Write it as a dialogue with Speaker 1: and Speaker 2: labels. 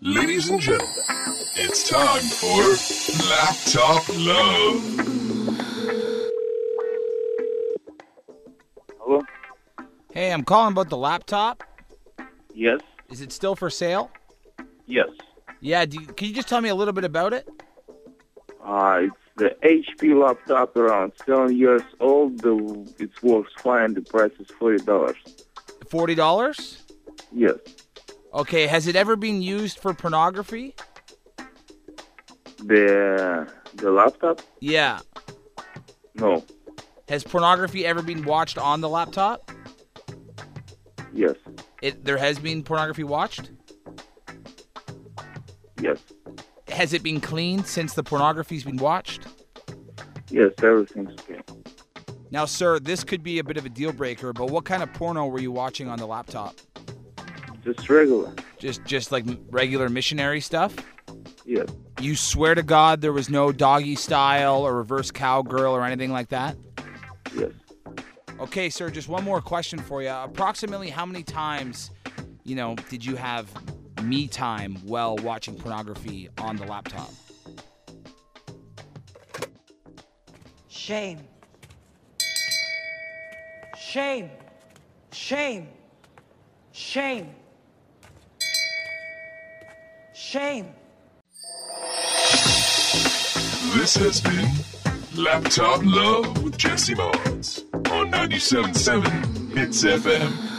Speaker 1: Ladies and gentlemen, it's time for Laptop Love.
Speaker 2: Hello?
Speaker 3: Hey, I'm calling about the laptop.
Speaker 2: Yes?
Speaker 3: Is it still for sale?
Speaker 2: Yes.
Speaker 3: Yeah, do you, can you just tell me a little bit about it?
Speaker 2: Uh, it's the HP laptop around seven years old. The, it works fine. The price is $40.
Speaker 3: $40?
Speaker 2: Yes.
Speaker 3: Okay, has it ever been used for pornography?
Speaker 2: The, the laptop?
Speaker 3: Yeah.
Speaker 2: No.
Speaker 3: Has pornography ever been watched on the laptop?
Speaker 2: Yes.
Speaker 3: It there has been pornography watched?
Speaker 2: Yes.
Speaker 3: Has it been cleaned since the pornography's been watched?
Speaker 2: Yes, everything's okay.
Speaker 3: Now, sir, this could be a bit of a deal breaker, but what kind of porno were you watching on the laptop?
Speaker 2: Just regular.
Speaker 3: Just just like regular missionary stuff?
Speaker 2: Yes.
Speaker 3: You swear to God there was no doggy style or reverse cowgirl or anything like that?
Speaker 2: Yes.
Speaker 3: Okay, sir, just one more question for you. Approximately how many times, you know, did you have me time while watching pornography on the laptop?
Speaker 4: Shame. Shame. Shame. Shame. Shame.
Speaker 1: This has been Laptop Love with Jesse Mars on 97.7 Hits FM.